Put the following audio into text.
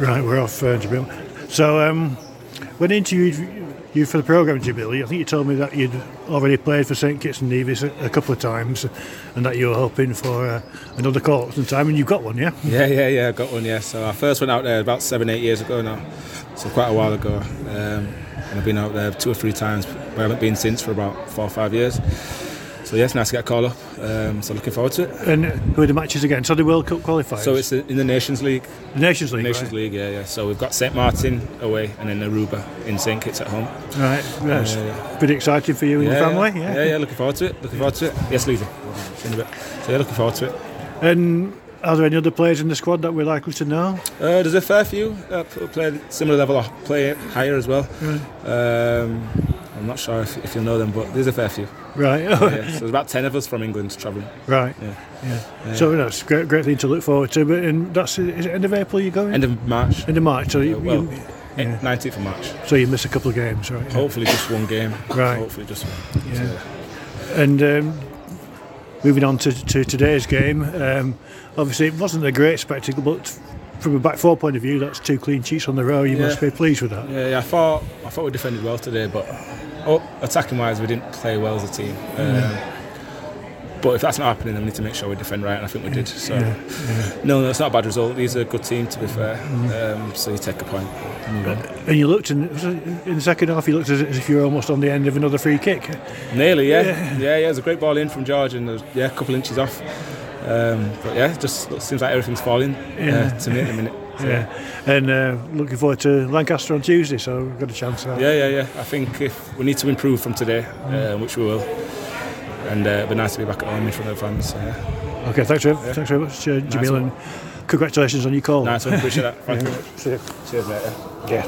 Right, we're off, uh, Jamil. So, um, when I interviewed you for the programme, Jamil, I think you told me that you'd already played for St Kitts and Nevis a, a couple of times and that you were hoping for uh, another call sometime, and you got one, yeah? Yeah, yeah, yeah, got one, yeah. So I first went out there about seven, eight years ago now, so quite a while ago. Um, and I've been out there two or three times, but I haven't been since for about four or five years. So yeah, it's nice to get a call up. Um, so looking forward to it. And who are the matches again? So, the World Cup qualifiers? So it's in the Nations League. the Nations League. Nations right? League, yeah, yeah. So we've got St Martin away and then Aruba in St Kitts at home. Right, yes. Yeah, Pretty exciting for you and your family, yeah, yeah. Looking forward to it. Looking forward to it. Yes, Lisa. In a bit. So yeah, looking forward to it. And are there any other players in the squad that we're likely to know? Uh, there's a fair few uh, who play similar level or play higher as well. Um, I'm not sure if, if you'll know them, but there's a fair few. Right, Yeah, so there's about ten of us from England travelling. right. Yeah. Yeah. So that's a great, great thing to look forward to. But in, that's is it end of April you're going? End of March, End of March. So you, Uh, well, you- eh, yeah. 19th of March. so you miss a couple of games, right? yeah. Hopefully just one game. Right. Hopefully just one. Yeah. So, And um, moving on to, to today's game, um, obviously it wasn't a great spectacle, but from a back four point of view, that's two clean sheets on the row. You Yeah. must be pleased with that. Yeah, yeah, I thought I thought we defended well today, but oh, attacking wise, we didn't play well as a team. Um, but if that's not happening, then we need to make sure we defend right, and I think we did. So, no, no, it's not a bad result. These are a good team, to be fair. Um, so you take a point. Move on. And Mm. you looked in, was it in the second half, you looked as, as if you were almost on the end of another free kick. Nearly, yeah, yeah, yeah. It was a great ball in from George, and there was, yeah, a couple inches off. Um, but yeah, just looks- seems like everything's falling Yeah. uh, to me at the minute. So, Yeah. And uh, looking forward to Lancaster on Tuesday, so we've got a chance there. Yeah, yeah, yeah. I think if we need to improve from today, Mm. uh, which we will, and uh, it'd be nice to be back at home in front of the fans. So, yeah. Okay, thanks very, thanks very much, uh, Jamil, one. and congratulations on your call. Nice one. Appreciate that. Thank you. See you. Cheers, mate.